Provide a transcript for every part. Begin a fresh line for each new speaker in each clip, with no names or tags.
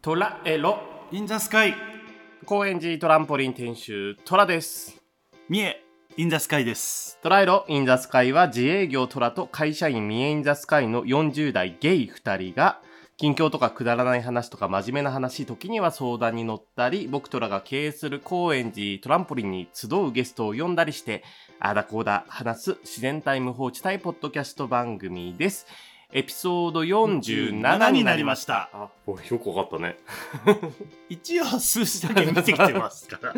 トラエロ
インザスカイ
高円寺トランポリン店主トラです
三重インザスカイです
トラエロインザスカイは自営業トラと会社員ミエインザスカイの40代ゲイ2人が近況とかくだらない話とか真面目な話時には相談に乗ったり僕とらが経営する高円寺トランポリンに集うゲストを呼んだりしてあーだこーだ話す自然体無法地帯ポッドキャスト番組ですエピソード47になりました
た
あ、およくわかったね
一応数字だけ見てきてますから
あ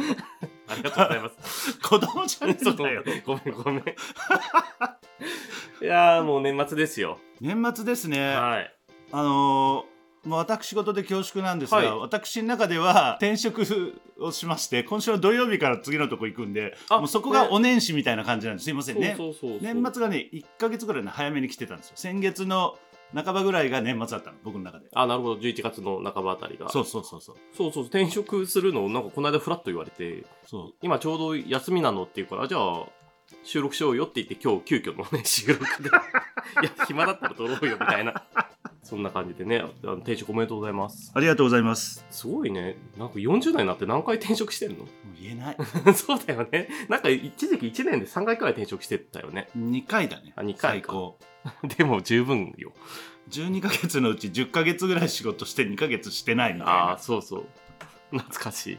りがとうございます
子供じゃ ねえんだ よ
ごめんごめん。いやーもう年末ですよ。
年末ですね、
はい。
あのーもう私事で恐縮なんですが、
はい
私の中では転職をしまして今週の土曜日から次のとこ行くんで
あ
もうそこがお年始みたいな感じなんですすいませんね
そうそうそうそう
年末がね1か月ぐらいね早めに来てたんですよ先月の半ばぐらいが年末だったの僕の中で
あ、なるほど。11月の半ばあたりが。
そうそうそうそう
そうそう転職するのをなんかこの間フラッと言われて、
そう
今ちょうど休みなのって言うから、じゃあ、収録しようよって言って今日急遽のね、 収録で。いや、暇だったら撮ろうよみたいな。そんな感じでね、あの転職おめでとうございます。
ありがとうございます
すごいね。なんか40代になって何回転職してんの
もう言えない
そうだよね。なんか一時期1年で3回くらい転職してたよね。
2回だね
あ二回
最
か
高
でも十分よ。
12ヶ月のうち10ヶ月ぐらい仕事して2ヶ月してないみたい
ああ
な
そうそう懐かしい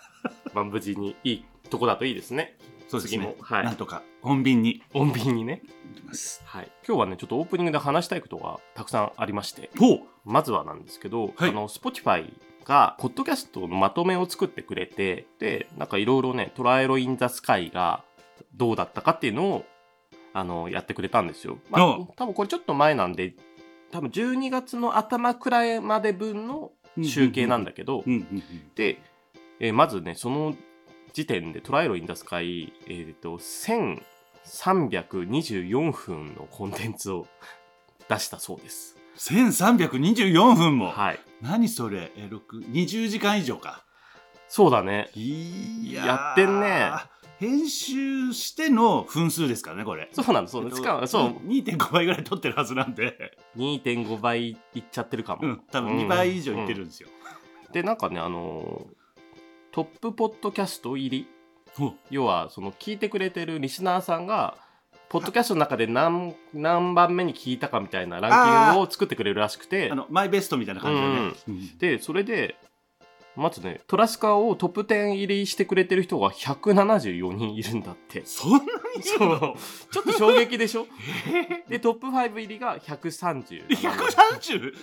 まあ無事にいいとこだといいですね
そうです
次も
ね、
はい
なんとか穏便に
穏便にね、
行きます
はい、今日はねちょっとオープニングで話したいことがたくさんありまして
ほう
まずはなんですけど、
はい
あの Spotify がポッドキャストのまとめを作ってくれてでなんかいろいろね「トライロイン・ザ・スカイ」がどうだったかっていうのをあのやってくれたんですよ、まあ
おう、
多分これちょっと前なんで多分12月の頭くらいまで分の集計なんだけど、
うんうんうん
で、えーまずねその時点でトライアルインダスカイ、えー、と1324分のコンテンツを出したそうです。
1324分も、
はい、
何それえ6 20時間以上か
そうだね
いー
やってんね
編集しての分数ですからねこれ
そうなのそうな
えっ
の
と
しかもそう
2.5倍ぐらい取ってるはずなんで、
2.5倍いっちゃってるかも。
うん、多分2倍以上いってるんですよ、
でなんかねあのートップポッドキャスト入り
ほう
要はその聞いてくれてるリスナーさんがポッドキャストの中で何何番目に聞いたかみたいなランキングを作ってくれるらしくて
あのマイベストみたいな感じだね、うん
でそれでまずねトラスカをトップ10入りしてくれてる人が174人いるんだって
そんなに
そうちょっと衝撃でしょ でトップ5入りが130
130?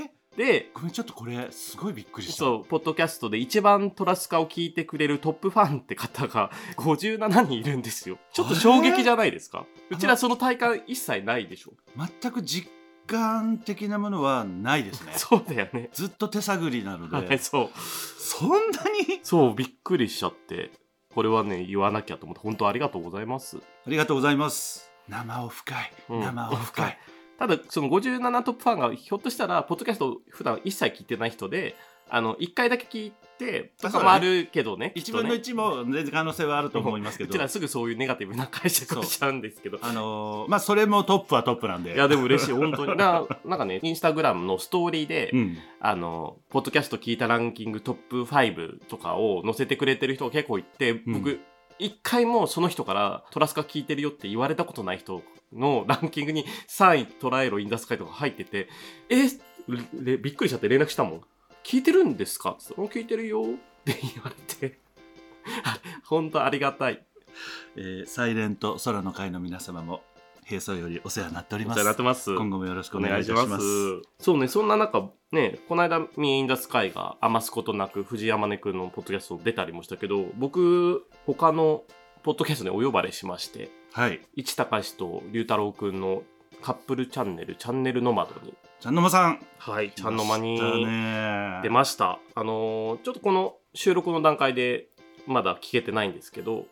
え
で
ごめんちょっとこれすごいびっくりした
そうポッドキャストで一番トラスカを聞いてくれるトップファンって方が57人いるんですよちょっと衝撃じゃないですかうちらその体感一切ないでしょ
全く実感的なものはないですね
そうだよね
ずっと手探りなので、
はいそう
そんなに
そうびっくりしちゃってこれはね言わなきゃと思って本当ありがとうございます
ありがとうございます生オフ会
うん
生オフ会、
ただその57トップファンがひょっとしたらポッドキャストを普段一切聞いてない人であの1回だけ聞いてとかもあるけどね
1分の
きっ
1も全然可能性はあると思います
と
け
ね うち
ど
らすぐそういうネガティブな解釈をしちゃうんですけど
あのーまあそれもトップはトップなんで
いやでも嬉しい本当にななんかねインスタグラムのストーリーで、
うん、
あのポッドキャスト聞いたランキングトップ5とかを載せてくれてる人が結構いて僕、
うん
一回もその人からトラスカ聞いてるよって言われたことない人のランキングに3位トライロインダスカイとか入ってて、えれびっくりしちゃって連絡したもん。聞いてるんですかって言ったら、うん聞いてるよって言われて、あ本当ありがたい。
えーサイレント空の会の皆様も平素よりお世話になっており
お
ま
世話
す
になってます。
今後もよろしく
お
お願
願い
いい
した
し
ます
ます。
そうね、そんな中、ね、この間、ミエインダスカイが余すことなく藤山根くんのポッドキャスト出たりもしたけど、僕、他のポッドキャストでお呼ばれしまして、
はい
市高氏と龍太郎くんのカップルチャンネル、チャンネルノマドに、
ちゃんのまさん
はい、ちゃんの間に
来ましたね
出ました。あのーちょっとこの収録の段階でまだ聞けてないんですけど、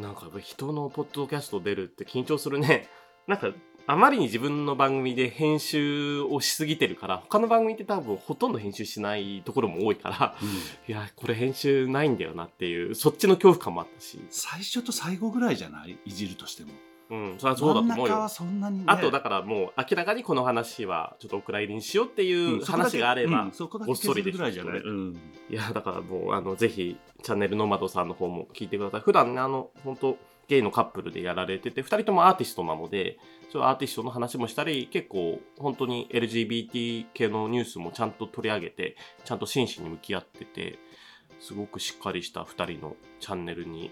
なんか人のポッドキャスト出るって緊張するね。 なんかあまりに自分の番組で編集をしすぎてるから、他の番組って多分ほとんど編集しないところも多いから、
うん
いや、これ編集ないんだよなっていう、そっちの恐怖感もあったし。
最初と最後ぐらいじゃないいじるとしても
うん、それはそうだと思
真
うん
中は
よ。
そんなに、ね、
あとだからもう明らかにこの話はちょっとお蔵入りにしようっていう
そこだけ
話があれば、
うんそこだ
ご
け
っそ
削
り
る
で
ぐらいじゃない、
ちょ
うん
いやだからもうあのぜひチャンネルノマドさんの方も聞いてください普段ねあの本当ゲイのカップルでやられてて2人ともアーティストなのでちょアーティストの話もしたり結構本当に LGBT 系のニュースもちゃんと取り上げてちゃんと真摯に向き合っててすごくしっかりした2人のチャンネルに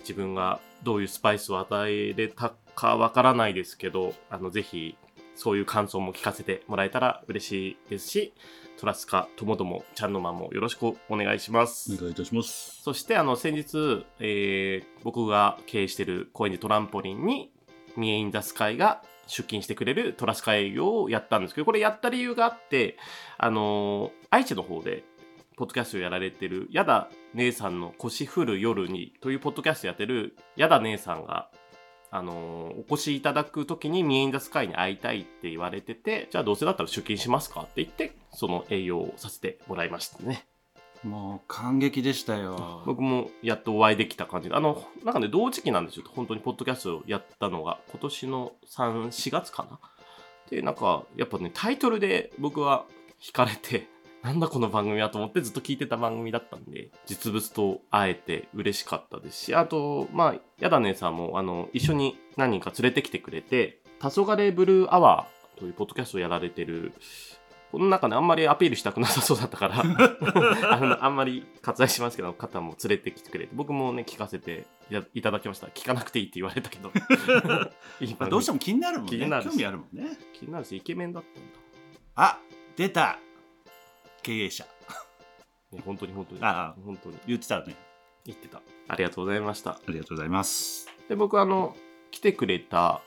自分がどういうスパイスを与えれたかわからないですけどあのぜひそういう感想も聞かせてもらえたら嬉しいですしトラスカともどもちゃんのまんもよろしくお願いします。
お願いいたします
そしてあの先日、えー僕が経営してる公園でトランポリンにミエインザスカイが出勤してくれるトラスカ営業をやったんですけどこれやった理由があってあのー愛知の方でポッドキャストをやられてるやだ姉さんの腰振る夜にというポッドキャストやってるやだ姉さんがあのーお越しいただく時にミエインザスカイに会いたいって言われててじゃあどうせだったら出勤しますかって言ってその営業をさせてもらいましたね。
もう感激でしたよ
僕もやっとお会いできた感じであのなんかね同時期なんですよ本当にポッドキャストをやったのが今年の34月かなでなんかやっぱねタイトルで僕は惹かれて なんだこの番組はと思ってずっと聞いてた番組だったんで実物と会えて嬉しかったですしあとまあやだねさんもあの一緒に何人か連れてきてくれて「黄昏ブルーアワー」というポッドキャストをやられてるこの中であんまりアピールしたくなさそうだった からあのあんまり割愛しますけど方も連れてきてくれて僕もね聞かせていたいただきました聞かなくていいって言われたけ どいい番組
まあどうしても気になるもんね
気になるし
興味あるもんね
気になるしイケメンだったんだ
あ出た経営者
ね本当に本当に
ああ
本当に
言ってたね
言ってたありがとうございました
ありがとうございます
で僕あの来てくれた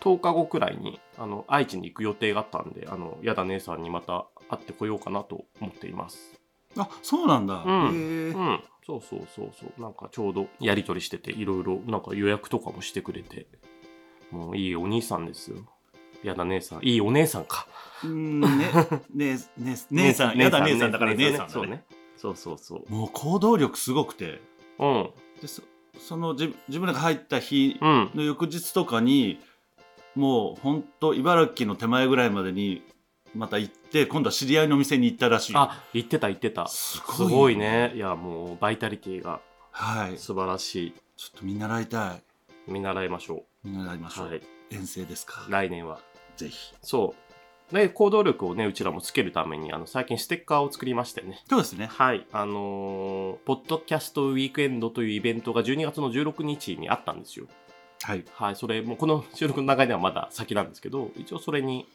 10日後くらいにあの愛知に行く予定があったんであのやだ姉さんにまた会ってこようかなと思っています
あそうなんだ、
うん
へえ
うんそうそうそうそうなんかちょうどやり取りしてていろいろなんか予約とかもしてくれてもういいお兄さんですよやだ姉さんいいお姉さんか
う んねねね姉さんやだ姉さんだから姉さんだ
そう
ね
ねそうそうそう
もう行動力すごくて
うん
でそその自自分らが入った日
うん
の翌日とかにもうほんと茨城の手前ぐらいまでにまた行って今度は知り合いの店に行ったらしい
あ言ってた言ってたす
す
ごいねいやもうバイタリティが
はいちょ
素晴らし
っと見習いたい
い見習いましょ
見習いまし
う
ょう、
はい
遠征ですか
来年は
ぜひ
そう。で、行動力をね、うちらもつけるために、あの、最近ステッカーを作りましてね。
そうですね
はい。あのーポッドキャストウィークエンドというイベントが12月の16日にあったんですよ。
はい
はい。それ、もうこの収録の中ではまだ先なんですけど、一応それに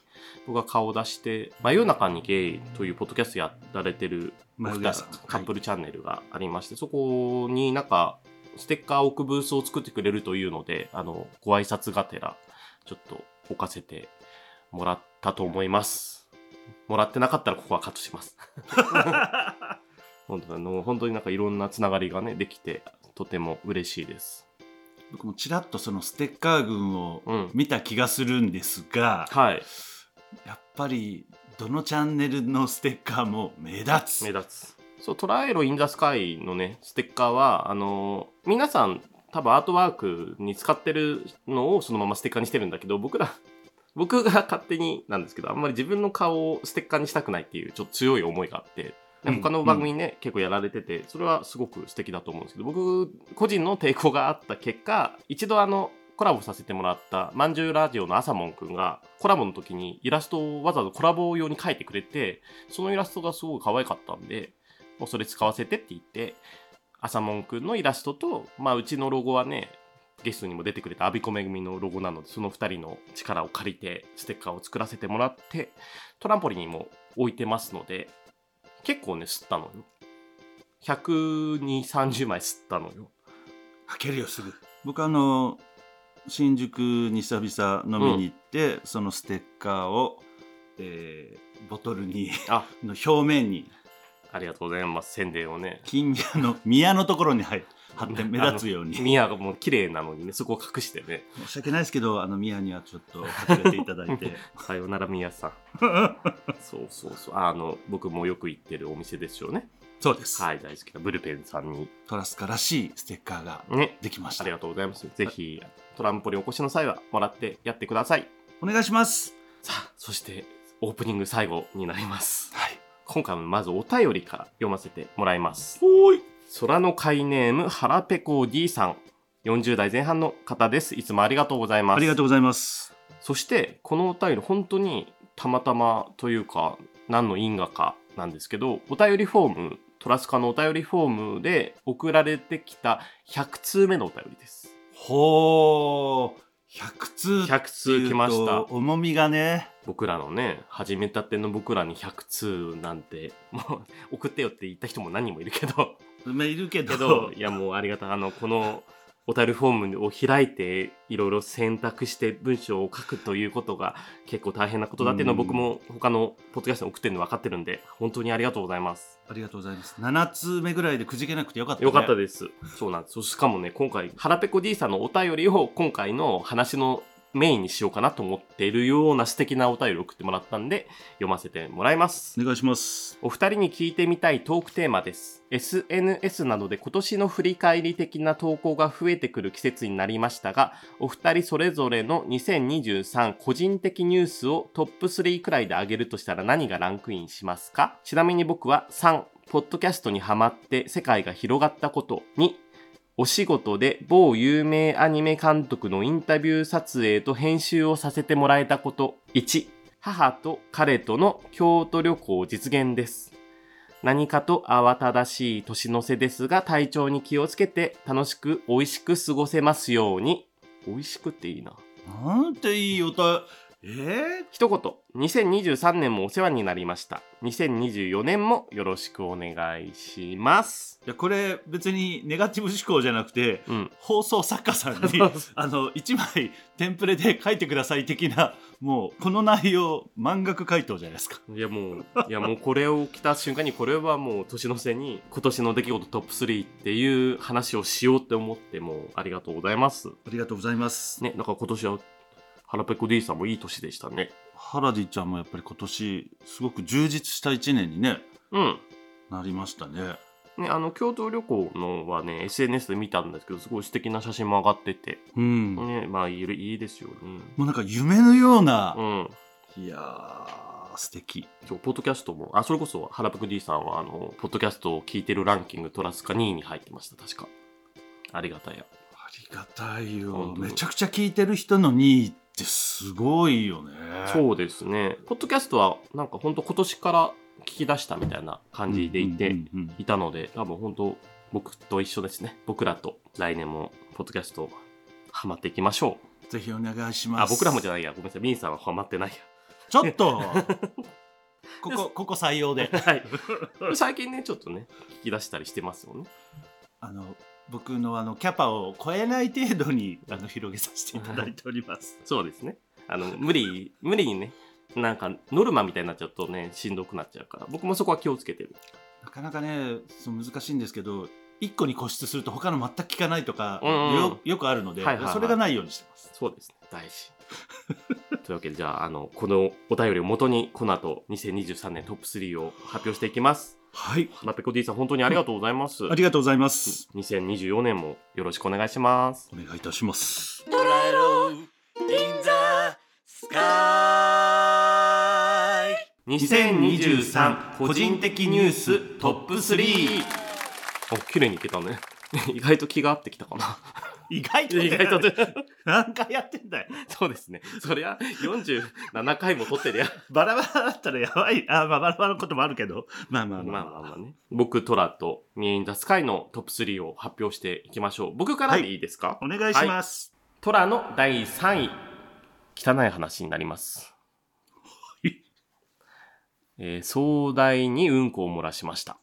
僕が顔を出して、真夜中にゲイというポッドキャストやられてる
真夜中さん
カップルチャンネルがありまして、そこになんか、ステッカーを置くブースを作ってくれるというので、あの、ご挨拶がてら、ちょっと置かせてもらったと思います。もらってなかったらここはカットし ます。本当あの本当になんかいろんなつながりがね、できて、とても嬉しいです。
僕もちらっとそのステッカー群を
うん。
見た気がするんですが、
はい。
やっぱりどのチャンネルのステッカーも目立つ
目立つそうトライロインザスカイのねステッカーはあのー皆さん多分アートワークに使ってるのをそのままステッカーにしてるんだけど僕ら 僕が勝手になんですけどあんまり自分の顔をステッカーにしたくないっていうちょっと強い思いがあってで
うん
他の番組ね、結構やられててそれはすごく素敵だと思うんですけど僕個人の抵抗があった結果一度あのコラボさせてもらったまんじゅうラジオのあさもんくんがコラボの時にイラストをわざわざコラボ用に描いてくれてそのイラストがすごい可愛かったんで、もうそれ使わせてって言って、朝もんくんのイラストと、まあうちのロゴはね、ゲストにも出てくれたアビコめぐみのロゴなので、その2人の力を借りて、ステッカーを作らせてもらって、トランポリンにも置いてますので、結構ね、吸ったのよ。120、30枚吸ったのよ。
はけるよすぐ僕あの新宿に久々飲みに行って、そのステッカーを、えーボトルに
あ、
の表面に
ありがとうございます。宣伝をね。
金宮の 宮のところにはい貼って目立つように
ミヤがもう綺麗なのにね、そこを隠してね。
申し訳ないですけどあの宮にはちょっと隠れていただいて
さよならみやさん。そうそうそう。あの、僕もよく行ってるお店ですよね。
そうです、
はい、大好きなブルペンさんに。
トラスカらしいステッカーが
ね。
できまし
あ
た
りがとうございます。ぜひ、トランポリンお越しの際はもらってやってください。
お願いします
さあ、そしてオープニング最後になります。
はい
今回もまずお便りから読ませてもらいます。
おーい
空の会ネーム、腹ペコ D さん。40代前半の方です。いつもありがとうございます。
ありがとうございます
そして、このお便り、本当にたまたまというか、何の因果かなんですけど、お便りフォーム、トラスカのお便りフォームで送られてきた100通目のお便りです。
ほー100通っていうと
100通来ました。
重みがね
僕らのね、始めたての僕らに100通なんて、もう 送ってよって言った人も何人もいるけ ど、
まあいるけど
けど、いやもうありがたい。あの、この、お便りフォームを開いて、いろいろ選択して文章を書くということが結構大変なことだっていうのを
うん
僕も他のポッドキャストに送ってるの分かってるんで、本当にありがとうございます。
ありがとうございます7通目ぐらいでくじけなくてよかった、ね、
よかったです。そうなんです。そうしかもね、今回、腹ペコ D さんのお便りを今回の話のメインにしようかなと思っているような素敵なお便りを送ってもらったんで、読ませてもらいます。
お願いします
お二人に聞いてみたいトークテーマです。SNS などで今年の振り返り的な投稿が増えてくる季節になりましたが、お二人それぞれの2023個人的ニュースをトップ3くらいで挙げるとしたら何がランクインしますかちなみに僕は3、ポッドキャストにハマって世界が広がったこと、2、お仕事で某有名アニメ監督のインタビュー撮影と編集をさせてもらえたこと、1、母と彼との京都旅行実現です。何かと慌ただしい年の瀬ですが体調に気をつけて楽しく美味しく過ごせますように。美味しくっていいな。
なんていいおたえー、
一言、2023年もお世話になりました。2024年もよろしくお願いします。
いやこれ別にネガティブ思考じゃなくて
うん。
放送作家さんに
そうそう
あの1枚テンプレで書いてください的なもうこの内容満額回答じゃないですか
いやもう、いやもうこれを来た瞬間にこれはもう年の瀬に今年の出来事トップ3っていう話をしようって思ってもうありがとうございます。
ありがとうございます、
ね、なんか今年は腹ペコ D さんもいい年でしたね。
ハラディちゃんもやっぱり今年すごく充実した1年にね
うん。
なりましたね
ね、あの、京都旅行のはね、SNS で見たんですけど、すごい素敵な写真も上がってて、
うん、も
ね、まあ、いるいいですよね。
うなんか夢のような
う、ん。
いやー素敵
そうポッドキャストも、あ、それこそ、原福 D さんは、あの、ポッドキャストを聞いてるランキング、トラスカ2位に入ってました、確か。ありがたいや。
ありがたいよ
本当
めちゃくちゃ聞いてる人の2位ってすごいよね
そうですね。ポッドキャストは、なんか本当今年から聞き出したみたいな感じでいて、
うんうんうん
いたので、多分本当僕と一緒ですね。僕らと来年も、ポッドキャスト、ハマっていきましょう。
ぜひお願いします
あ、僕らもじゃないや。ごめんなさい。ミンさんはハマってないや。
ちょっ とここここ採 用で
はい、最近ねちょっとね聞き出したりしてますよね。
あの僕のあのキャパを超えない程度にあの広げさせていただいております。
そうですね。あの無理無理にねなんかノルマみたいになっちゃうとねしんどくなっちゃうから僕もそこは気をつけてる。
なかなかねそう難しいんですけど一個に固執すると他の全く聞かないとか、
うんうん
よよくあるので、
はいはいはい
それがないようにしてます。
そうですね大 事。というわけでじゃああのこのお便りをもとにこの後2023年トップ3を発表していきます。
はい
ラペコ D さん本当にありがとうございます。
ありがとうございます。
2024年もよろしくお願いします。
お願いいたします。
捉えろ In the sky
2023個人的ニューストップ3お綺麗にいけたね 意外と気が合ってきたかな
意外と、ね、
意外と
何回やってんだよ。
そうですねそりゃ47回も撮ってるや
バラバラだったらやばい。あ、まあ、バラバラのこともあるけど。まあま
ま
あ
あ
ま
ま
あ。
あまあね僕トラとミエインザスカイのトップ3を発表していきましょう僕からでいいですか、
お願いします。
トラの第3位汚い話になり ます
い、
えー壮大にうんこを漏らしました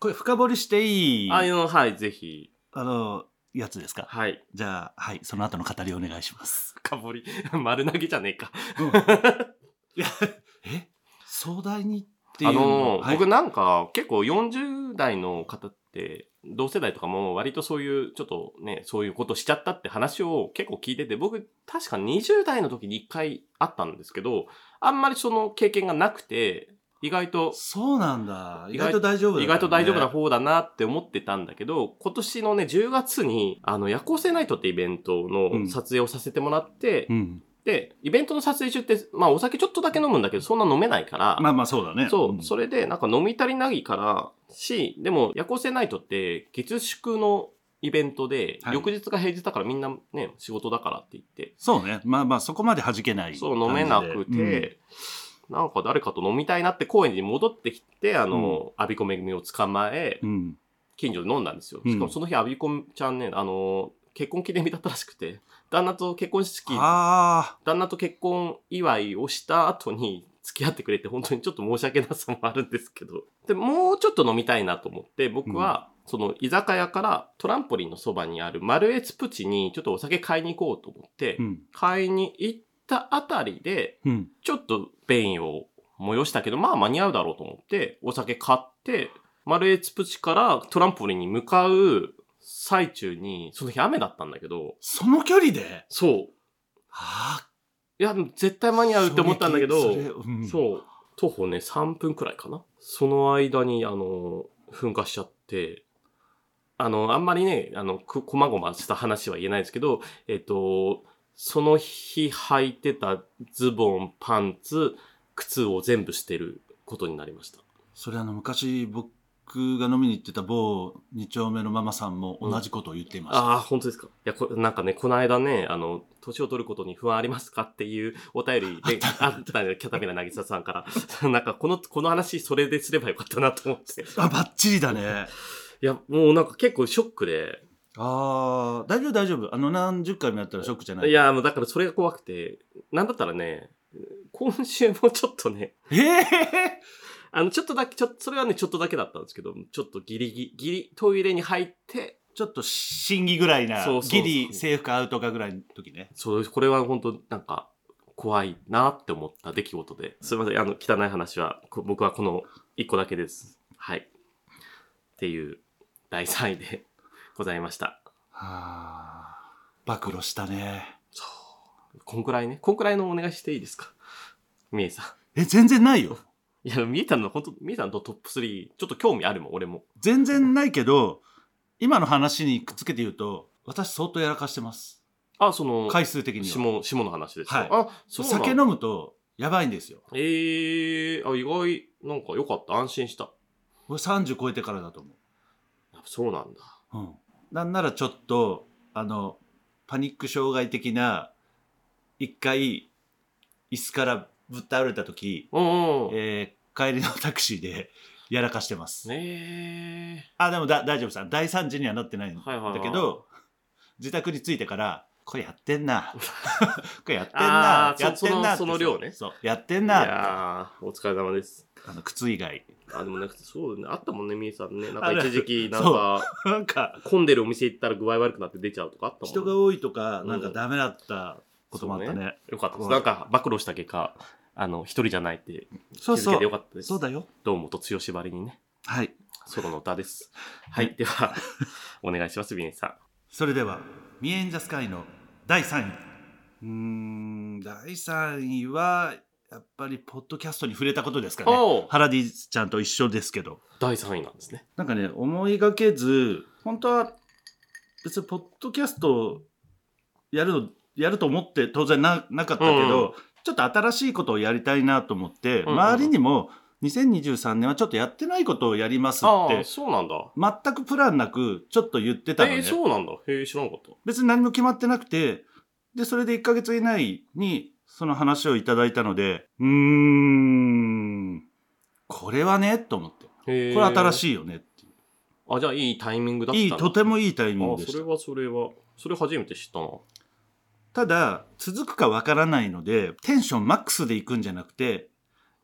これ深掘りしていい
ああいうのはいぜひ
あの、やつですか
はい
じゃあ、はい、その後の語りお願いします。
かぼり 丸投げじゃねえか。
え壮大にって
あのー、
はい
僕なんか結構40代の方って、同世代とかも割とそういう、ちょっとね、そういうことしちゃったって話を結構聞いてて、僕確か20代の時に一回あったんですけど、あんまりその経験がなくて、意外と
そうなんだ。
意
意
外
外と大丈夫だ、
意外と大丈夫な。方だなって思ってたんだけど、今年のね、10月に、あの、夜行性ナイトってイベント
う
の
ん
撮影をさせてもらって、
うん。
で、イベントの撮影中って、まあお酒ちょっとだけ飲むんだけど、そんな飲めないから、
まあまあそうだね。
そう、
ん
それでなんか飲み足りないから、し、でも夜行性ナイトって月祝のイベントで、
はい
翌日が平日だからみんなね、仕事だからって言って、
そうね。まあまあそこまで弾けない。
そう、飲めなく。て、なんか誰かと飲みたいなって公園に戻ってきて、あの、アビコめぐみを捕まえ、
うん。
近所で飲んだんですよ。
うん
しかもその日、アビコちゃんね、あの、結婚記念日だったらしくて、旦那と結婚式、
あ
旦那と結婚祝いをした後に 付き合ってくれて、本当にちょっと申し訳なさもあるんですけど。で、もうちょっと飲みたいなと思って、僕は、その居酒屋からトランポリンのそばにあるマルエツプチにちょっとお酒買いに行こうと思って、
あ。うん。
買いに行ったあたりで、
うん。
ちょっと便意を催したけど、まあ間に合うだろうと思って、お酒買って、丸エツプチからトランポリンに向かう最中に、その日雨だったんだけど、
その距離で
そう。
あ
いや、でも絶対間に合うって思ったんだけど、
衝撃それうん
そう。徒歩ね、3分くらいかな。その間に、あの、噴火しちゃって、あの、あんまりね、あの、こ、こまごました話は言えないですけど、えっと、その日履いてたズボン、パンツ、靴を全部捨てることになりました。
それあの昔僕が飲みに行ってた某二丁目のママさんも同じことを言っていました。
ああ、本当ですか。いや、こなんかね、この間ね、あの、年を取ることに不安ありますかっていうお便りで、あったね、キャタミラなぎささんから。 なんか、この、この話、それですればよかったなと思って。
あ、バッチリだね。
いや、もうなんか結構ショックで、
ああ、大丈夫大丈夫。あの何十回もやったらショックじゃない。
いや、もうだからそれが怖くて、なんだったらね、今週もちょっとね、
ええ
あの、ちょっとだけ、ちょっと、それはね、ちょっとだけだったんですけど、ちょっとギリギリ、ギリ、トイレに入って、
ちょっと審議ぐらいな、
そうそうそう
ギリセーフかアウトかぐらいの時ね。
そう、これは本当なんか、怖いなって思った出来事で。すいません、あの、汚い話は、こ僕はこの一個だけです。はい。っていう、第3位で ございました。
はあ、暴露したね。
こんくらいね、こんくらいのお願いしていいですかみえさん。
え、全然ないよ。
いや、みえたんの、本当みえたんとトップ3、ちょっと興味あるもん、俺も。
全然ないけど、今の話にくっつけて言うと、私相当やらかしてます。
あ、その、
回数的には。
下、下の話ですか、
はい
あ、そうなん
酒飲むと、やばいんですよ。
ええー、あ、意外、なんか良かった。安心した。
俺30超えてからだと思
やっぱそうなんだ。
う。うん。なんならちょっと、あの、パニック障害的な、一回、椅子からぶっ倒れた時、
うんうん。
えー帰りのタクシーで やらかしてます。
え
あ、でもだ大丈夫さ。大惨事にはなってないん
ー、
だ
はいはい、はい。
けど、自宅に着いてから、これやって んな。これやってん
あ
な。
ー
やってんなっ
そその
て。
その量ね
そう。やってん
い
な。
やーお疲れ様です。
あの、靴以外。
あ、でもなんかそうだね。あったもんね、みえさんね。なん
あ
か
る
一時期、なんか、
なんか、
混んでるお店行ったら具合悪くなって出ちゃうとかあったもん、ね。
人が多いとか、なんかダメだったこともあった
そう
ね。
よかったです。なんか、暴露した結果、あの、一人じゃないって気
そう
づ
そ
けてよ
う。
かったです。
そうだよ。
どうもと強しばりにね、
はい。
ソロの歌です。はい。では、 お願いします、みえさん。
それでは、ミエンザスカイの第3位。うーん、第3位は、やっぱり、ポッドキャストに触れたことですかね。
おう
ハラディちゃんと一緒ですけど。
第3位なんですね。
なんかね、思いがけず、本当は、別に、ポッドキャスト、やるの、やると思って当然ななかったけど、ちょっと新しいことをやりたいなと思って、
んうん
周りにも、2023年はちょっとやってないことをやります
あ
っ
あ、
て、
そうなんだ。
全くプランなく、ちょっと言ってたの
え
ね。
ー、そうなんだ。へえ、知らんかった。
別に何も決まってなくてでそれで1ヶ月以内にその話をいただいたのでうーんこれはねと思ってこ
へ
れ新
い。
しいよねっていう、
あ、じゃあいいタイミングだった
いいとてもいいタイ
い
ミングで
あ、そ
し
れ
た
はそれは。それ初めて知ったな。
ただ続くかわからないのでテンションマックスでいくんじゃなくて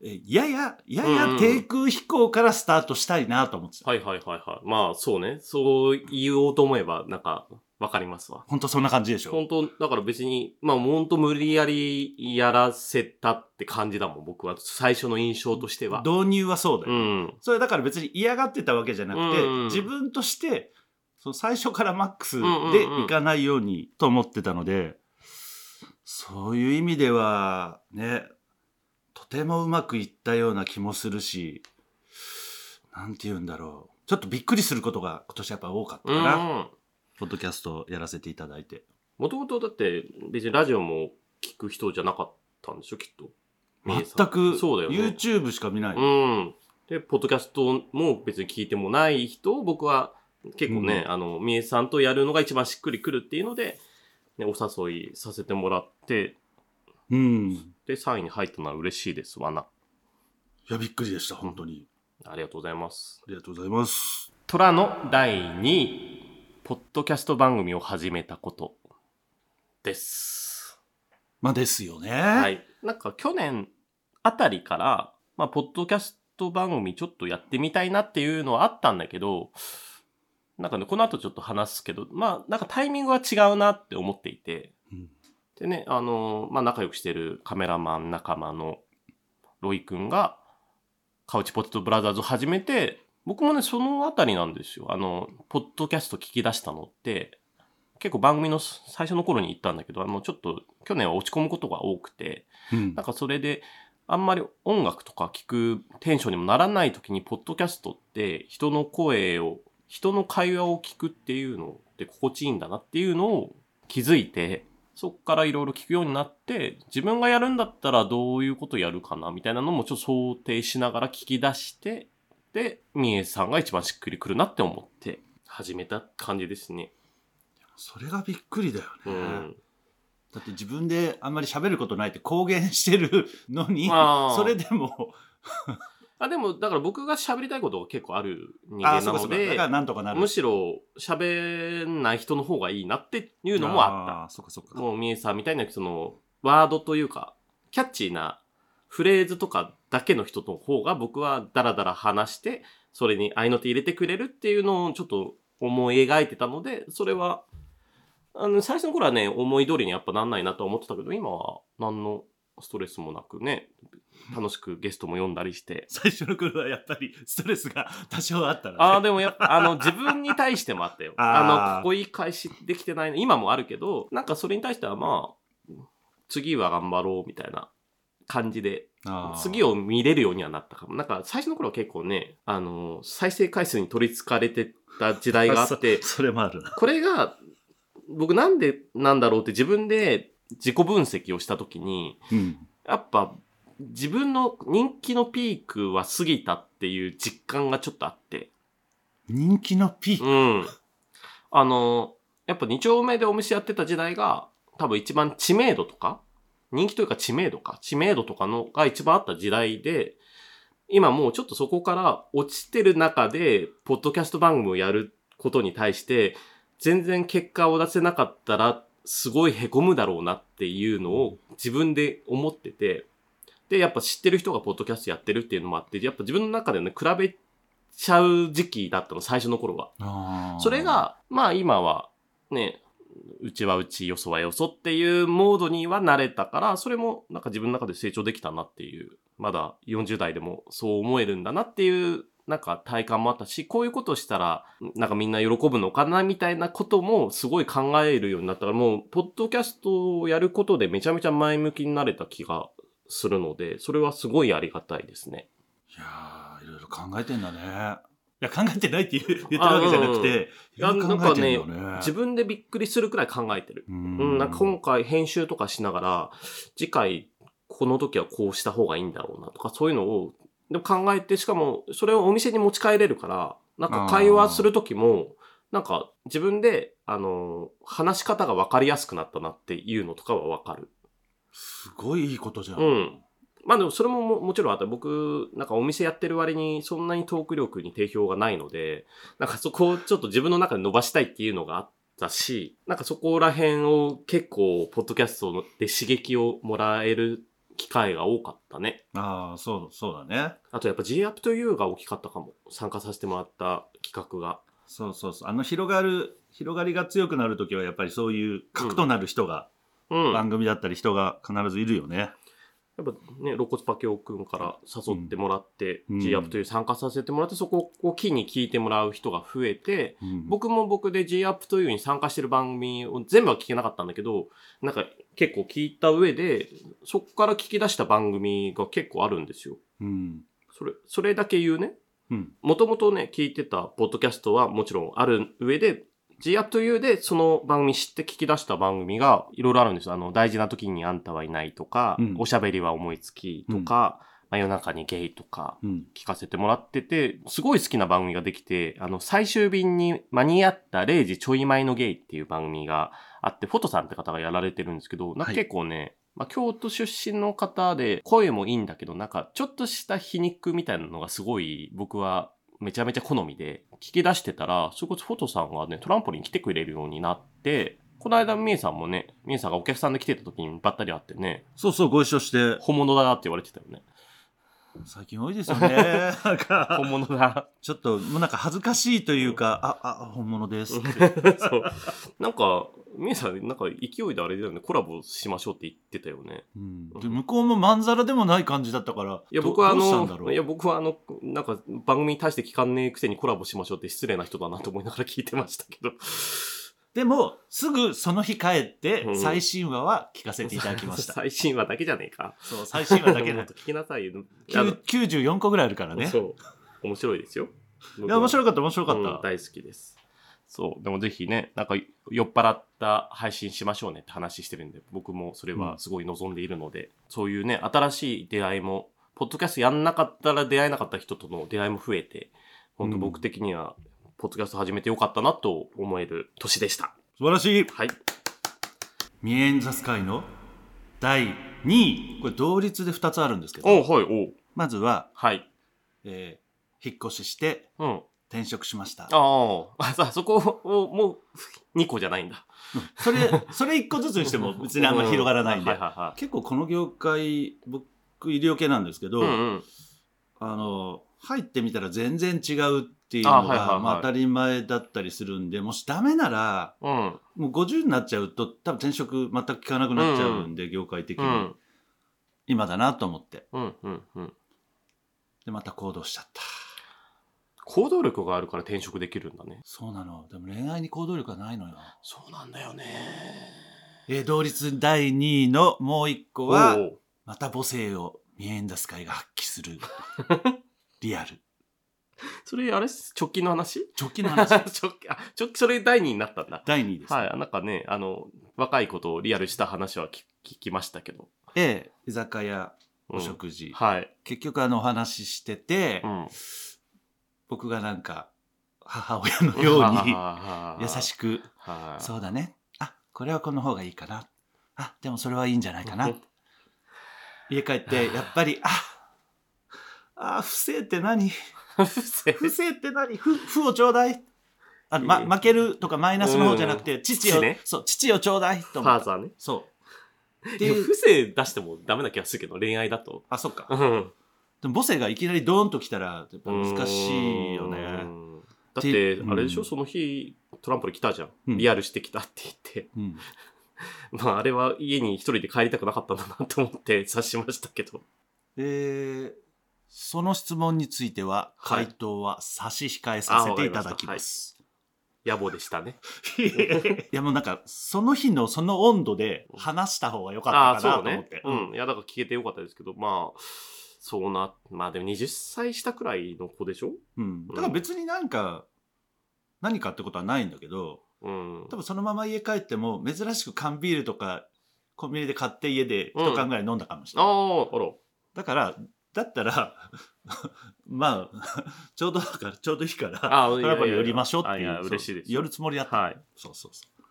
えややや
うんうん
や低空飛行からスタートしたいなと思ってた、
はいはいはいはい。まあそうね。そう言おうと思えば、なんか、わかりますわ。
ほんとそんな感じでしょ
本当だから別に、まあ本当無理やりやらせたって感じだもん、僕は。最初の印象としては。
導入はそうだ
う
よ、
ん。
それだから別に嫌がってたわけじゃなくて、
うんうん
自分としてその最初からマックスで
うんうんうん
いかないようにと思ってたので、そういう意味ではねとてもうまくいったような気もするし、なんて言うんだろう。ちょっとびっくりすることが今年やっぱ多かったかな。ポッドキャストやらせていただいて。
もともとだって別にラジオも聞く人じゃなかったんでしょきっと
全
みえさ
く、
んそうだよね
YouTube しか見ない。
うん。で、ポッドキャストも別に聞いてもない人を僕は結構ね、あの、みえさんとやるのが一番しっくりくるっていうので、ね、お誘いさせてもらって、
うん。い
で、3位に入ったのは嬉しいですわな。
や、びっくりでした、本当に。
ありがとうございます。
ありがとうございます。
虎の第2位、ポッドキャスト番組を始めたことです。
まあですよね。
は
はい。
い。なんか去年あたりから、まあ、ポッドキャスト番組ちょっとやってみたいなっていうのはあったんだけど、なんかね、この後ちょっと話すけど、まあ、なんかタイミングは違うなって思っていて、
うん
でね、あのーまあ、仲良くしてるカメラマン仲間のロイ君が、カウチポテトブラザーズを始めて、僕もね、そのあたりなんですよ。あの、ポッドキャスト聞き出したのって、結構番組の最初の頃に行ったんだけど、あの、ちょっと去年は落ち込むことが多くて、
うん
なんかそれで、あんまり音楽とか聞くテンションにもならない時に、ポッドキャストって人の声を、人の会話を聞くっていうのって心地いいんだなっていうのを気づいて、そっからいろいろ聞くようになって、自分がやるんだったらどういうことやるかなみたいなのもちょっと想定しながら聞き出して、で、みえさんが一番しっくりくるなって思って始めた感じですね。
それがびっくりだよ
う
ね。
ん。
だって自分であんまり喋ることないって公言してるのに
あー、
それでも、
あ、でも、だから僕が喋りたいことが結構ある人間
ああ、
な
そう
の
かそうか。だ
で
か、らなんとかなる。
むしろ喋んない人の方がいいなっていうのもあっ
った。そうかそうか
た。。もうみえさんみたいなそのワードというかキャッチーなフレーズとかだけの人の方が僕はダラダラ話してそれに合いの手入れてくれるっていうのをちょっと思い描いてたのでそれはあの最初の頃はね思い通りにやっぱなんないなとは思ってたけど今は何のストレスもなくね楽しくゲストも呼んだりして
最初の頃はやっぱりストレスが多少あったら、ね。
ああ、でもやっぱ、あの、自分に対してもあったよ。あの、
あー
ここいい返しできてないの、今もあるけど、なんかそれに対してはまあ、次は頑張ろうみたいな感じで、
あー
次を見れるようにはなったかも。なんか最初の頃は結構ね、あの、再生回数に取りつかれてた時代があって
そ、それもあるな。
これが、僕なんでなんだろうって自分で自己分析をしたときに、
うん。
やっぱ自分の人気のピークは過ぎたっていう実感がちょっとあって、
人気のピーク。
うん。あの、やっぱ2丁目でお店やってた時代が、多分一番知名度とか、人気というか知名度か、知名度とかのが一番あった時代で、今もうちょっとそこから落ちてる中で、ポッドキャスト番組をやることに対して、全然結果を出せなかったら、すごい凹むだろうなっていうのを自分で思ってて、で、やっぱ知ってる人がポッドキャストやってるっていうのもあって、やっぱ自分の中でね、比べちゃう時期だったの、最初の頃は。
あー
それ、が、まあ今は、ね、うちはうち、よそはよそっていうモードには慣れたから、それもなんか自分の中で成長できたなっていう、まだ40代でもそう思えるんだなっていう、なんか体感もあったし、こういうことしたら、なんかみんな喜ぶのかなみたいなこともすごい考えるようになったから、もう、ポッドキャストをやることでめちゃめちゃ前向きになれた気がするので、それはすごいありがたいですね。
いやーいろいろ考えてんだね。いや、考えてないって言う言ってるわけじゃなくて、い
あうんう
ろい
ん
ろ考えてんだよね。
自分でびっくりするくらい考えてる。
分
うん、なんか今回編集とかしながら、次回この時はこうした方がいいんだろうなとか、そういうのをでも考えて、しかもそれをお店に持ち帰れるから、なんか会話する時も、なんか自分で、あの、話し方が分かりやすくなったなっていうのとかは分かる。
すごいいいことじゃん。
うん。まあでもそれもももちろんあって、僕、なんかお店やってる割にそんなにトーク力に定評がないので、なんかそこをちょっと自分の中で伸ばしたいっていうのがあったし、なんかそこら辺を結構、ポッドキャストで刺激をもらえる機会が多かったね。
ああ、そう、そうだね。
あとやっぱ G-Up to You が大きかったかも。参加させてもらった企画が。
そうそうそう。あの、広がる、広がりが強くなるときは、やっぱりそういう核となる人が、
うん。
番組だったり人が必ずいるよね。
やっぱね、肋骨パケオくんから誘ってもらって、
うん
G アップという参加させてもらって、そこを機に聞いてもらう人が増えて、
うん
僕も僕で G アップというに参加してる番組を全部は聞けなかったんだけど、なんか結構聞いた上で、そこから聞き出した番組が結構あるんですよ。
うん
それ、それだけ言うね。
うん
もともとね、聞いてたポッドキャストはもちろんある上で、G アット U でその番組知って聞き出した番組がいろいろあるんですよ。あの、大事な時にあんたはいないとか、
うん
おしゃべりは思いつきとか、真夜中にゲイとか、
うん
聞かせてもらってて、すごい好きな番組ができて、あの、最終便に間に合った0時ちょい前のゲイっていう番組があって、フォトさんって方がやられてるんですけど、なん
は
か
い
結構ね、まあ、京都出身の方で、声もいいんだけど、なんか、ちょっとした皮肉みたいなのがすごい、僕は、めちゃめちゃ好みで、聞き出してたら、それこそフォトさんがね、トランポリン来てくれるようになって、この間、みえさんもね、みえさんがお客さんで来てた時にばったり会ってね、
そうそうご一緒して
本物だなって言われてたよね。
最近多いです よねなんか
本物だ。
ちょっともうなんか恥ずかしいというかああ本物ですって
そう。なんか、みえさん、なんか勢いであれだよね、コラボしましょうって言ってたよね。
うんで向こうもまんざらでもない感じだったから
いや、
ど
僕はあ
どうしたんだ
の、
ろう
いや、僕はあの、なんか番組に対して聞かんねえくせにコラボしましょうって失礼な人だなと思いながら聞いてましたけど。
でもすぐその日帰って
うん
最新話は聞かせていただき ました
最新話だけじゃねえか。
そう最新話だけ
も
だ
っと聞きな さいよ。あの
94個ぐらいあるからね
そう。面白いですよ。
いや面
い
白かった面白か
うん
った、
大好きです。そう。でもぜひね、なんか酔っ払った配信しましょうねって話してるんで、僕もそれはすごい望んでいるので、そういうね、新しい出会いも、ポッドキャストやんなかったら出会えなかった人との出会いも増えて、本当
うん
僕的には、ポッドキャスト始めてよかったなと思える年でした。
素晴らしい
はい。
ミエンザスカイの第2位これ同率で2つあるんですけ
お
ど
うはい、おう
まずは、
はい。
えー引っ越しして
うん。
転職しました
ああ、さあそこを、もう、2個じゃないんだ。
それそれ1個ずつにし ても別にあんまり広がらないん
う
で
はいはいはい。
結構この業界僕医療系なんですけど、
うんうん。
あの入ってみたら全然違うっていう
あ
の
はいはいは
が
い
まあ当たり前だったりするんでもしダメなら
うん。
もう50になっちゃうと多分転職全く効かなくなっちゃうんで、業界的
う
に、
ん。
今だなと思って
うん。うん。うん。
でまた行動しちゃった
行動力があるから転職できるんだね。
そうなのでも恋愛に行動力はないのよ
そうなんだよね。
えー同率第2位のもう一個は
は、
また母性をミエンダスカイが発揮す るリアル
それあれっす直近の話
直近の
直
話
近、あ、直近、それ第2になったんだ。
第2位です、
はい、なんかね、あの、若い子とリアルした話は聞聞きましたけど。
A 居酒屋
うん
お食事、
はい。
結局あのお話ししてて、
うん。
僕がなんか母親のように 優し
く。
く「
はい。
そうだねあこれはこの方がいいかなあでもそれはいいんじゃないかな」 家帰ってやっぱり「ああ不正って何不正って何不不をちょうだい」あの、ま、
えー
負けるとかマイナスの方じゃなくて、父
父
を、
ね
そう父をちょうだいと
フ
思
ァー
って
ザーね。
そうって
いや
いう
不正出してもダメな気がするけど、恋愛だ と。
あそっか
うん。
でも母性がいきなりドーンときたらやっぱ難しいよ
う
ね
ん。だって、
て
あれでしょ、
うん
その日、トランポリン来たじゃ
うん
ん。リアルしてきたって言って。
うん
まあ、あれは家に一人で帰りたくなかったんだなと思って 察しましたけど。
えーその質問については
はい
回答は差し控えさせていただきます。
野暮でしたね。
い、やもうなんかその日のその温度で話した方が良か
あ
っ
あ、
たか
そ
な
う
と思っ
ね
て。。
うん。いや、だから聞けてよかったですけど、まあ、そうな、まあでも20歳したくらいの子でしょ
うんだから別になんか何かってことはないんだけど、
うん。
多分そのまま家帰っても珍しく缶ビールとかコンビニで買って家で一缶ぐらい飲んだかもしれ
あ
ない。
あ、あら。
だからだったら まあちょうどだからちょうどいいから。
ああ、
やっぱり寄りましょうっ
あ
てい
や
う。
嬉しいです。
寄るつもりだった。
はい。
そうそうそう。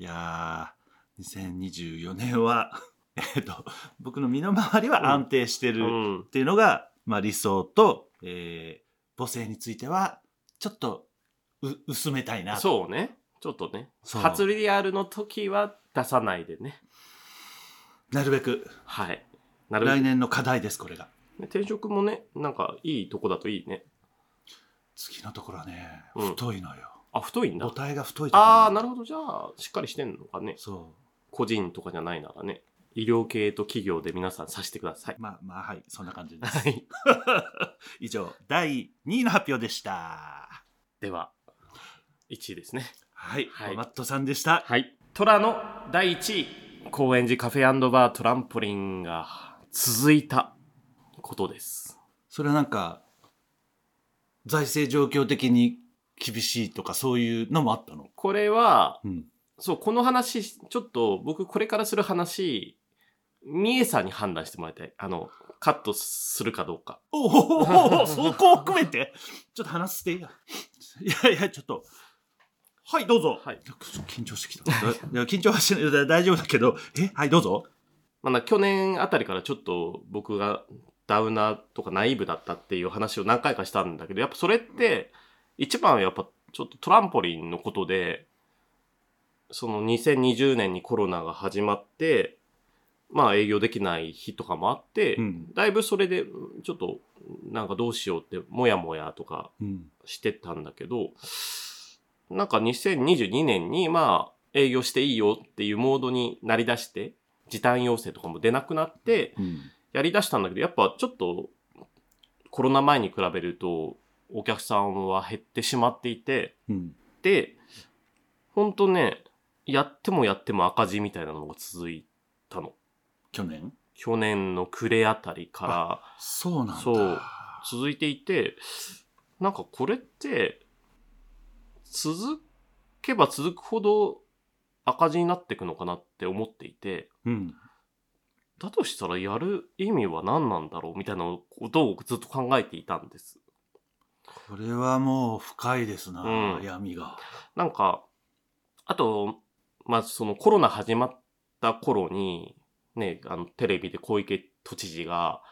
いやー、2024年は、 えっと、僕の身の回り
うん
は安定して
う
るっ
ん。
ていうのが、まあ理想と、えー母性については、ちょっと、う、薄めたいな。う。
そうね。ちょっとね。
そう
初リアルの時は出さないでね。
なるべく、
はい。なるべ
来
く
年の課題です、これが。
転職もね、なんかいいとこだといいね。
次のところはね、
うん
太いのよ。
あ、太いんだ
母。体が太いところ
ああ、な
る
るほど。じゃあ、しっかりしてんのかね。
そ
個人とかじゃないならね。医療系と企業で皆さんさしてください。
まあまあはいそんな感じです
はい。
以上第2位の発表でした
では、1位ですね。
はい、
はい
マットさんでした
はい。トラの第1位。高円寺カフェバートランポリンが続いたことです。
それはなんか財政状況的に厳しいとかそういうのもあったの
これは、
うん
そう、この話、ちょっと僕これからする話、三重さんに判断してもらいたい。あの、カットするかどうか。
おお おそこを含めてちょっと話していいやいやいやちょっとはいどうぞ、
はい
緊張してきたいや緊張はしないいや大丈夫だけどえはいどうぞ
まあな、去年あたりからちょっと僕がダウナーとかナイーブだったっていう話を何回かしたんだけど、やっぱそれって、一番はやっぱちょっとトランポリンのことで、その2020年にコロナが始まって、まあ営業できない日とかもあって、
ん
だいぶそれでうんちょっとなんかどうしようってもやもやとか
うん
してたんだけど、なんか2022年にまあ営業していいよっていうモードになりだして、時短要請とかも出なくなって、
うん
やりだしたんだけど、やっぱちょっとコロナ前に比べるとお客さんは減ってしまっていて、
うん
で、ほんとね、やってもやっても赤字みたいなのが続いたの。
去年
去年の暮れあたりから、
そうなんだ
そう続いていて、なんかこれって、続けば続くほど赤字になっていくのかなって思っていて、
うん
だとしたらやる意味は何なんだろうみたいなことをずっと考えていたんです。
これはもう深いですな、
うん
闇が
なんか、あと、まあ、そのコロナ始まった頃に、ね、あの、テレビで小池都知事が、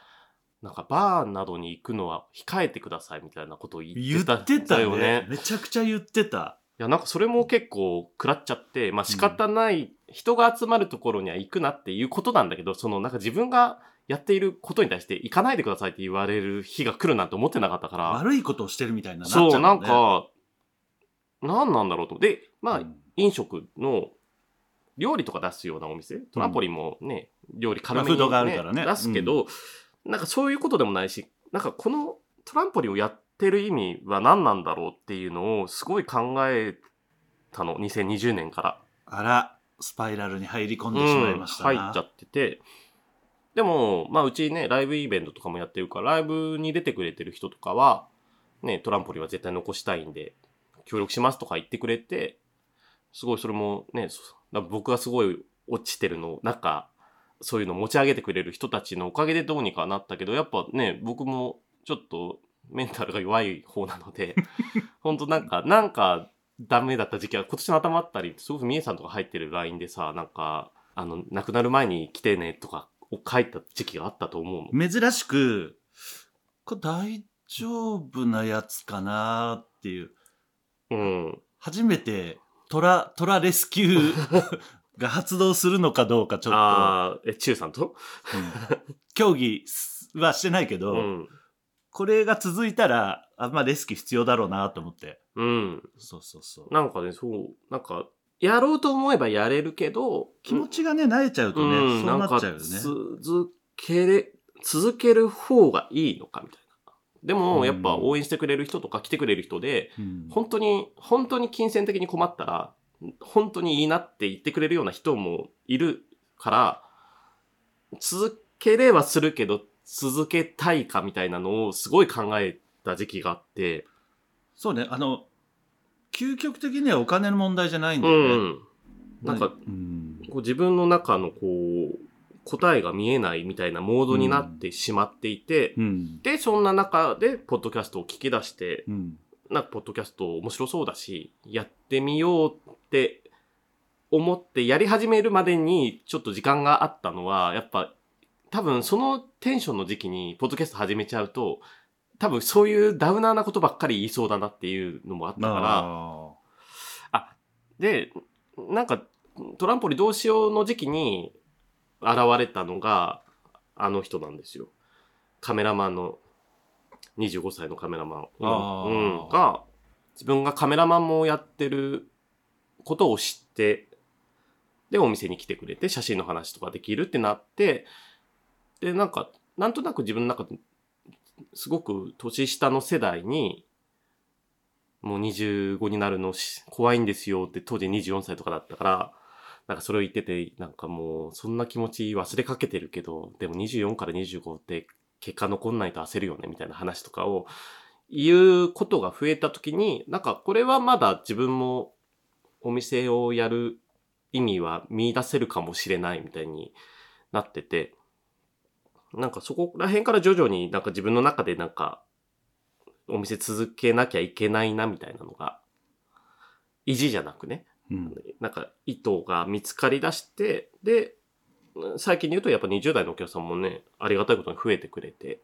なんかバーなどに行くのは控えてくださいみたいなことを言
言
っ
って
た
てた
よ
よ
ね
ね。めちゃくちゃ言ってた
いや、なんかそれも結構食らっちゃって、まあ仕方ない、人が集まるところには行くなっていうことなんだけど、そのなんか自分がやっていることに対して行かないでくださいって言われる日が来るなんて思ってなかったから、
悪いことをしてるみたいななっちゃう
そう、
もね
なんか、なんなんだろうと。で、まあ
うん
飲食の料理とか出すようなお店、トランポリンもね、料理軽めに、ね
まあフードがあるからね
出すけど、なんかそういうことでもないし、なんかこのトランポリンをやってる意味は何なんだろうっていうのをすごい考えたの、2020年から。
あらスパイラルに入り込んでしまいましたな、
うん入っちゃってて。でも、まあ、うちね、ライブイベントとかもやってるから、ライブに出てくれてる人とかは、ね、トランポリンは絶対残したいんで、協力しますとか言ってくれて、すごいそれもね、そだから僕がすごい落ちてるの、中、そういうの持ち上げてくれる人たちのおかげでどうにかなったけど、やっぱね、僕もちょっとメンタルが弱い方なの で、ほんとなんか、なんかダメだった時期は今年の頭あったり、すごく三重さんとか入ってる LINE でさ、なんか、あの、亡くなる前に来てねとかを書いた時期があったと思うの。
珍しく、これ大丈夫なやつかなっていう。
うん。
初めて、トラ、トラレスキューが発動するのかどうかちょ っ
ああ、え、中さんと
と、うん協議はしてないけど、
うん。
これが続いたら、あんまレスキュー必要だろうなと思って。
うん。
そうそうそう。
なんかね、そう、なんか、やろうと思えばやれるけど、
気持ちがね、慣れちゃうとね、
うん、
そう
なん
な
か
っちゃうよね。
続けれ、続ける方がいいのかみたいな。でも、やっぱ応援してくれる人とか来てくれる人で、
うん
本当に、本当に金銭的に困ったら、本当にいいなって言ってくれるような人もいるから、続ければするけど、続けたいかみたいなのをすごい考えた時期があって、
そうね、あの、究極的にはお金の問題じゃないんだ
う
よね。
ん。なんか、
うん
こう自分の中のこう、答えが見えないみたいなモードになってしまっていて、
うん。
で、そんな中で、ポッドキャストを聞き出して、
うん。
なんかポッドキャスト面白そうだし、やってみようって思ってやり始めるまでにちょっと時間があったのは、やっぱ多分そのテンションの時期にポッドキャスト始めちゃうと、多分そういうダウナーなことばっかり言いそうだなっていうのもあったから、
ああ。
で、なんかトランポリどうしようの時期に現れたのがあの人なんですよ。カメラマンの、25歳のカメラマン、うん
あー
うんが、自分がカメラマンもやってることを知って、で、お店に来てくれて、写真の話とかできるってなって、で、なんか、なんとなく自分の中で、すごく年下の世代に、もう25になるのし怖いんですよって、当時24歳とかだったから、なんかそれを言ってて、なんかもう、そんな気持ち忘れかけてるけど、でも24から25って結果残んないと焦るよね、みたいな話とかを、言うことが増えた時に、なんかこれはまだ自分もお店をやる意味は見出せるかもしれないみたいになってて、なんかそこら辺から徐々になんか自分の中でなんかお店続けなきゃいけないなみたいなのが、意地じゃなくね、
うん。
なんか意図が見つかり出して、で、最近で言うとやっぱ20代のお客さんもね、ありがたいことに増えてくれて、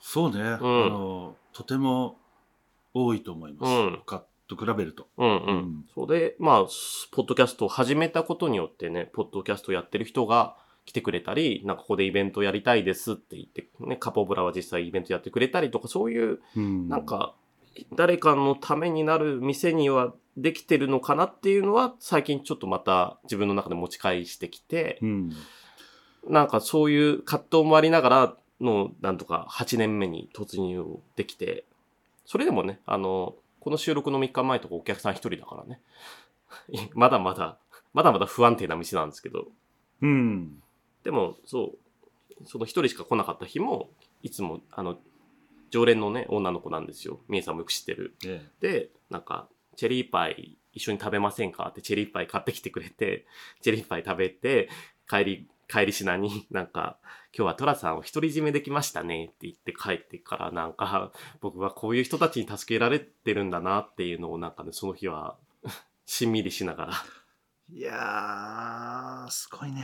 そうね、あの、とても多いと思います。
うん
他と比べると。
うんうん。
うん
それで、まあ、スポッドキャストを始めたことによってね、ポッドキャストやってる人が来てくれたり、なんかここでイベントやりたいですって言って、ね、カポブラは実際イベントやってくれたりとか、そういう、
うん
なん、か、誰かのためになる店にはできてるのかなっていうのは、最近ちょっとまた自分の中で持ち返してきて、
うん。
なんかそういう葛藤もありながらの、なんとか8年目に突入をできて、それでもね、あの、この収録の3日前とかお客さん1人だからね、 まだまだ、まだまだ不安定な店なんですけど、
うん。
でもそう、その1人しか来なかった日も、いつも、あの、常連のね、女の子なんですよ。みえさんもよく知ってる。
ええ
で、なんか、チェリーパイ一緒に食べませんかってチェリーパイ買ってきてくれて、 チェリーパイ食べて、帰り、帰り品に なんか、今日はトラさんを独り占めできましたねって言って帰ってからなんか、 僕はこういう人たちに助けられてるんだなっていうのをなんかね、その日は、 しんみりしながら。
いやー、すごいね。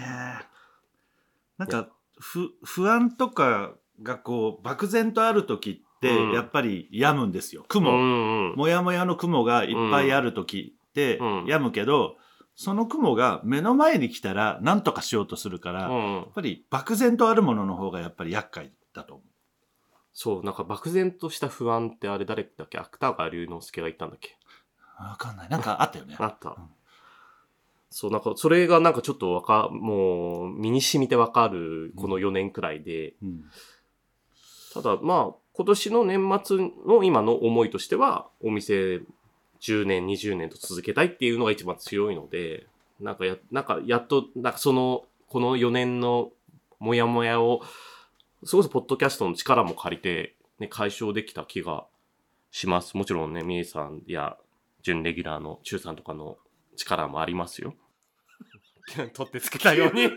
なんか、ふ、不安とかがこう、漠然とある時って、
うん
やっぱり病むんですよ。
う
雲。
んうん。
もやもやの雲がいっぱいある時って
うん
病むけど、その雲が目の前に来たら何とかしようとするから、
う
やっ
んうん、
ぱり漠然とあるものの方がやっぱり厄介だと思う。
そう、なんか漠然とした不安ってあれ誰だっけ芥川龍之介が言ったんだっけ
わかんない。なんかあったよね。
あった。
ん
そう、なんか、それがなんかちょっとわか、もう、身に染みてわかる、この4年くらいで。
うん。
ただ、まあ、今年の年末の今の思いとしては、お店10年、20年と続けたいっていうのが一番強いので、なんかや、なんか、やっと、なんかその、この4年のモヤモヤを、それこそポッドキャストの力も借りて、ね、解消できた気がします。もちろんね、みえさんや、準レギュラーの中さんとかの力もありますよ。 取ってつけたように。
急に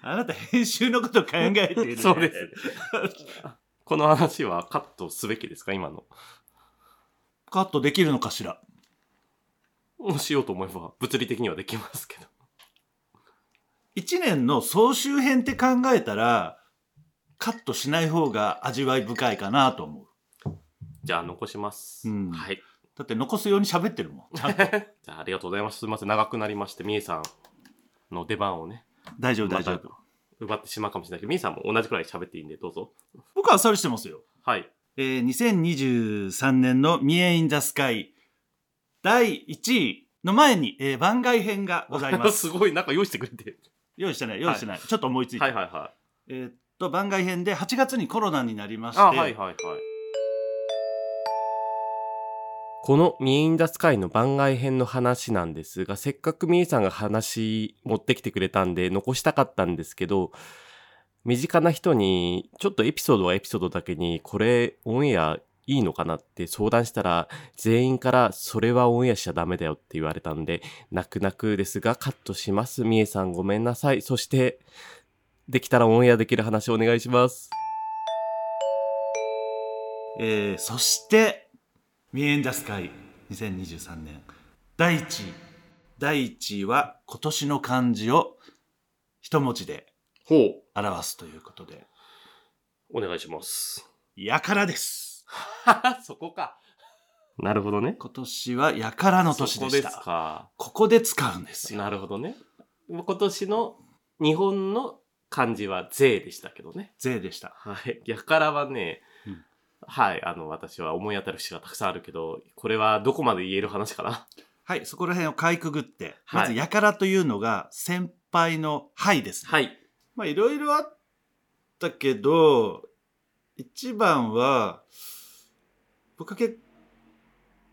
あなた編集のこと考えてる、ね。
そうです。 この話はカットすべきですか今の。
カットできるのかしら。
しようと思えば物理的にはできますけど。
一年の総集編って考えたら、カットしない方が味わい深いかなと思う。
じゃあ残します。
うん
はい。
だって残すように喋ってるもん。ちゃんと
じゃあありがとうご ざいます。すみません。長くなりまして、みえさんの出番をね、
大丈夫、大丈夫。
奪ってしまうかもしれないけど、みえさんも同じくらい喋っていいんで、どうぞ。
僕はあっさりしてますよ。
はい。
えー、2023年の「ミエイン・ザ・スカイ」第1位の前に、えー番外編がございま す。
すごい、なんか用意してくれて。
用意してない、用意してない。ちょっと思いついた。
はいはいはい。
えーっと、番外編で8月にコロナになりまして、
あはいはいはいこの「ミーインダスカイ」の番外編の話なんですがせっかくみえさんが話持ってきてくれたんで残したかったんですけど身近な人にちょっとエピソードはエピソードだけにこれオンエアいいのかなって相談したら全員からそれはオンエアしちゃダメだよって言われたんで泣く泣くですがカットしますみえさんごめんなさいそしてできたらオンエアできる話お願いします
えーそして「ミエイン・ザ・スカイ」2023年第1位第1位は今年の漢字を一文字で
ほう
表すということで
お願いします。
「やから」です。
そこか。なるほどね。
今年はやからの年でし
そこです
た。
か。
ここで使うんですよ。
なるほどね。今年の日本の漢字は税でしたけどね。
税でした。
はい。やからはね、
うん
はい、あの、私は思い当たる節がたくさんあるけど、これはどこまで言える話かな。
はい、そこら辺をかいくぐって、
はい
まず、やからというのが、先輩の輩ですね。
はい。
まあ、いろいろあったけど、一番は、僕は結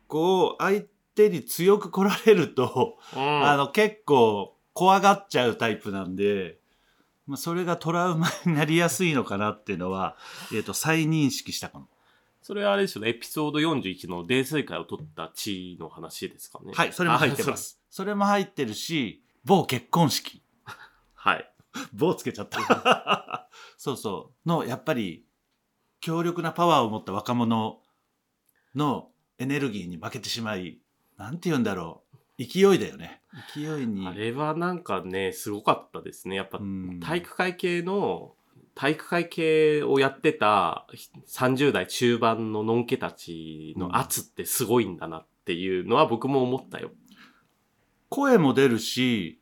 構、相手に強く来られると、
うん
あの、結構、怖がっちゃうタイプなんで、まあ、それがトラウマになりやすいのかなっていうの は、えっ、と、再認識したかも。
それはあれですよね、エピソード41の泥酔会を取った地の話ですかね。
はい、それも入って
あ。そ
ま
う
す。それも入ってるし、某結婚式。
はい。
棒つけちゃった。 そうそう。の、やっぱり、強力なパワーを持った若者のエネルギーに負けてしまい、なんて言うんだろう。勢いだよね。勢いに。
あれはなんかね、すごかったですね。やっぱ
うん
体育会系の、体育会系をやってた30代中盤ののんけたちの圧ってすごいんだなっていうのは僕も思ったよ。
声も出るし、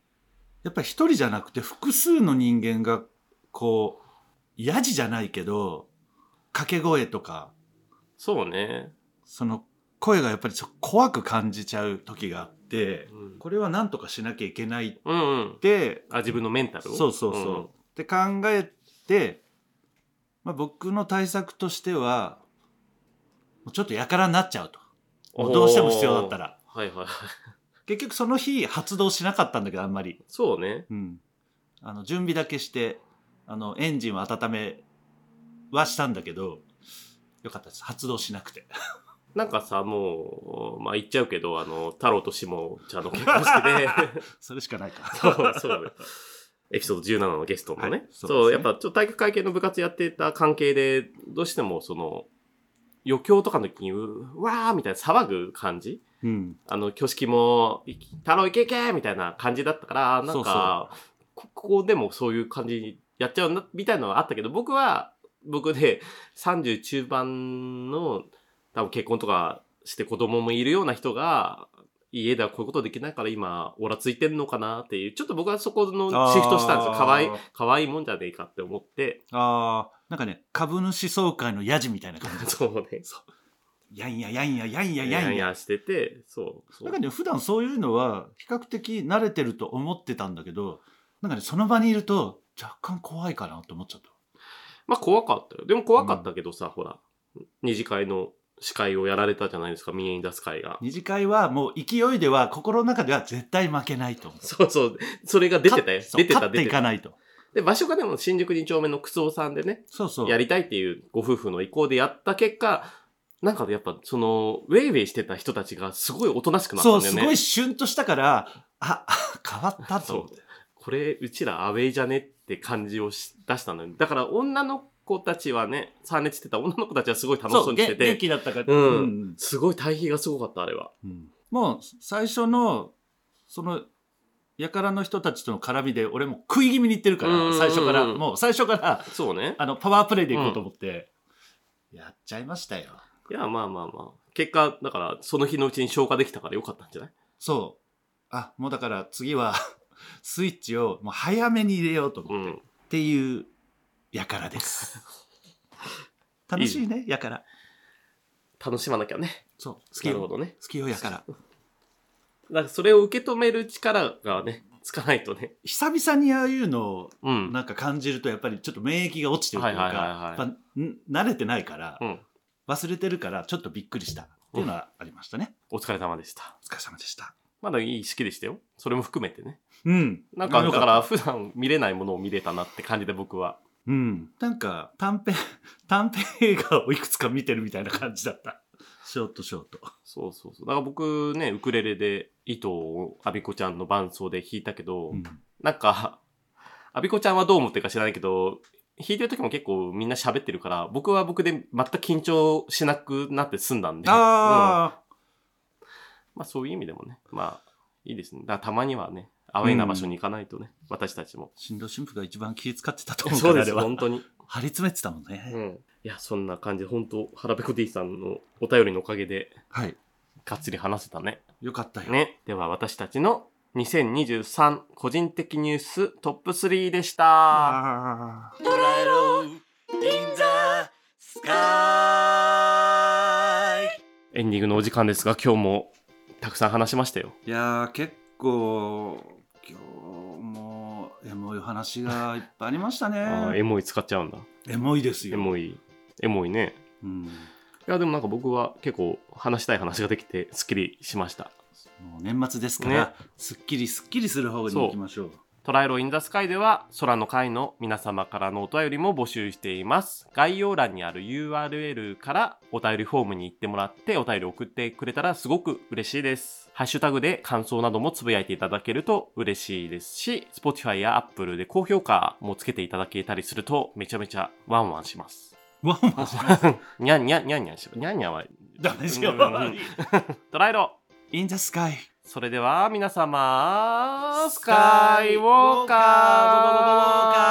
やっぱり一人じゃなくて複数の人間が、こう、ヤジじゃないけど、掛け声とか、
そうね。
その声がやっぱりちょっと怖く感じちゃう時があって
う、ん、
これは何とかしなきゃいけないっ
うん、うん。
て
あ、自分のメンタルを
そうそうそう。って考えて、まあ、僕の対策としては、もうちょっとやからになっちゃうと。
ん
もうどうしても必要だった。ら。
おーはいはいはい。
結局その日発動しなかったんだけど、あんまり。
そうね。
うん。あの、準備だけして、あの、エンジンを温めはしたんだけど、よかったです。発動しなくて。
なんかさ、もう、まあ言っちゃうけど、あの、太郎と下茶の結婚式で、
それしかないか。
そう、そうだね。エピソード17のゲストのね。
はい
そ
そううですね
やっぱちょっと体育会系の部活やってた関係で、どうしてもその、余興とかの時に、うわーみたいな騒ぐ感じ
うん。
あの、挙式も、い太郎いけいけみたいな感じだったから、なんか、
そう
こここでもそういう感じにやっちゃうな、みたいなのはあったけど、僕は、僕で30中盤の、多分結婚とかして子供もいるような人が、家ではこういうことできないから今、オラついてんのかなっていう、ちょっと僕はそこのシフトしたんですよ。
あー
かわい、かわいいもんじゃねえかって思って。
ああ、なんかね、株主総会のヤジみたいな感じ。
そうね。そ
やんややんややん
う
や
いや
やん
い
や。
やしてて、そう。そう
なんかね、普段そういうのは比較的慣れてると思ってたんだけど、なんかね、その場にいると若干怖いかなと思っちゃった。
まあ怖かったよ。でも怖かったけどさ、ほら、二次会の司会をやられたじゃないですか、見えに出す会が。
二次会はもう勢いでは心の中では絶対負けないと思う。
そうそう、それが出てたよ。
勝
出
っ
てた、
勝って
出
い
て
か
た。
ないと。
で、場所がでも新宿2丁目のクソさんでね、
そうそう。
やりたいっていうご夫婦の意向でやった結果、なんかやっぱその、ウェイウェイしてた人たちがすごいおとなしくなった
そ
ん
う、
だよ
す
ね。
ごいシュンとしたから、あ、あ変わったと思って。
これ、うちらアウェイじゃねって感じをし出したのよ。だから女の子たちはね、参列してた女の子たちはすごい楽しそうにして
げ元
て、
気だったから。
うん
うん
すごい対比がすごかった、あれは。
もう最初の、その、やからの人たちとの絡みで俺も食い気味にいってるか
うんうんう
ら、
ん
最初から、もう最初から、
そうね。
あの、パワープレイでいこうと思って、やっちゃいましたよ。
いや、まあまあまあ。結果、だから、その日のうちに消化できたからよかったんじゃない
そう。あ、もうだから次は、 スイッチをもう早めに入れようと
う
思って、っ
ん。
ていう、やから です。楽しいね、やから。
楽しまなきゃね。
そう、好き
なるほ
よ。
どね。
好きよ、やから。
だから、それを受け止める力がね、つかないとね。
久々にああいうのを、
うん。
なんか感じると、やっぱりちょっと免疫が落ちてるというか、
はいはいはいはい
やっぱん慣れてないから、
うん
忘れてるから、ちょっとびっくりした。っていうのはありましたね。
お疲れ様でした。
お疲れ様でした。
まだいい式でしたよ。それも含めてね。
うん。
なんか、
よ
だ
った
から、普段見れないものを見れたなって感じで僕は。
うん。なんか、短編、 短編映画をいくつか見てるみたいな感じだった。 ショートショート。
そうそうそう。だから僕ね、ウクレレで、糸をアビコちゃんの伴奏で弾いたけど、なんか、アビコちゃんはどう思ってるか知らないけど、弾いてる時も結構みんな喋ってるから、僕は僕で全く緊張しなくなって済んだんで。うん
ああ、
まあそういう意味でもね、まあいいですね。だからたまにはね、アウェイな場所に行かないとね、私たちも。
新郎新婦が一番気遣ってたと思うか
そう
ら、
で
あれ
す、
は。
本当に。
張り詰めてたもんね。
うん。いや、そんな感じで、本当腹ペコ D さんのお便りのおかげで、
はい。
がっつり話せたね。
よかったよ。
ね。では私たちの2023個人的ニューストップ3でした。
あー
捉えろ銀座スカイ
エンディングのお時間ですが、今日もたくさん話しましたよ。
いやー結構今日もエモい話がいっ ぱいありました
あーエ
ね。
モい使っちゃうんだ。
エモいです
エ
よ。
モい。エモいね。
うん、
いや、でもなんか僕は結構話したい話ができて、すっきりしました。
もう年末ですから、すっきりすっきりする方に行きましょう。
トライアルインザスカイでは空の会の皆様からのお便りも募集しています。概要欄にある URL からお便りフォームに行ってもらってお便り送ってくれたらすごく嬉しいです。ハッシュタグで感想などもつぶやいていただけると嬉しいですし、Spotify や Apple で高評価もつけていただけたりするとめちゃめちゃワンワンします。
ワンワンし ます
にゃんにゃんにゃんにゃんしにゃんにゃんは
ダメですよ
うんうんうん。トライロ
インザスカイ。
それでは皆様、
スカイ
スカイ
ウォーカー
ウォーカー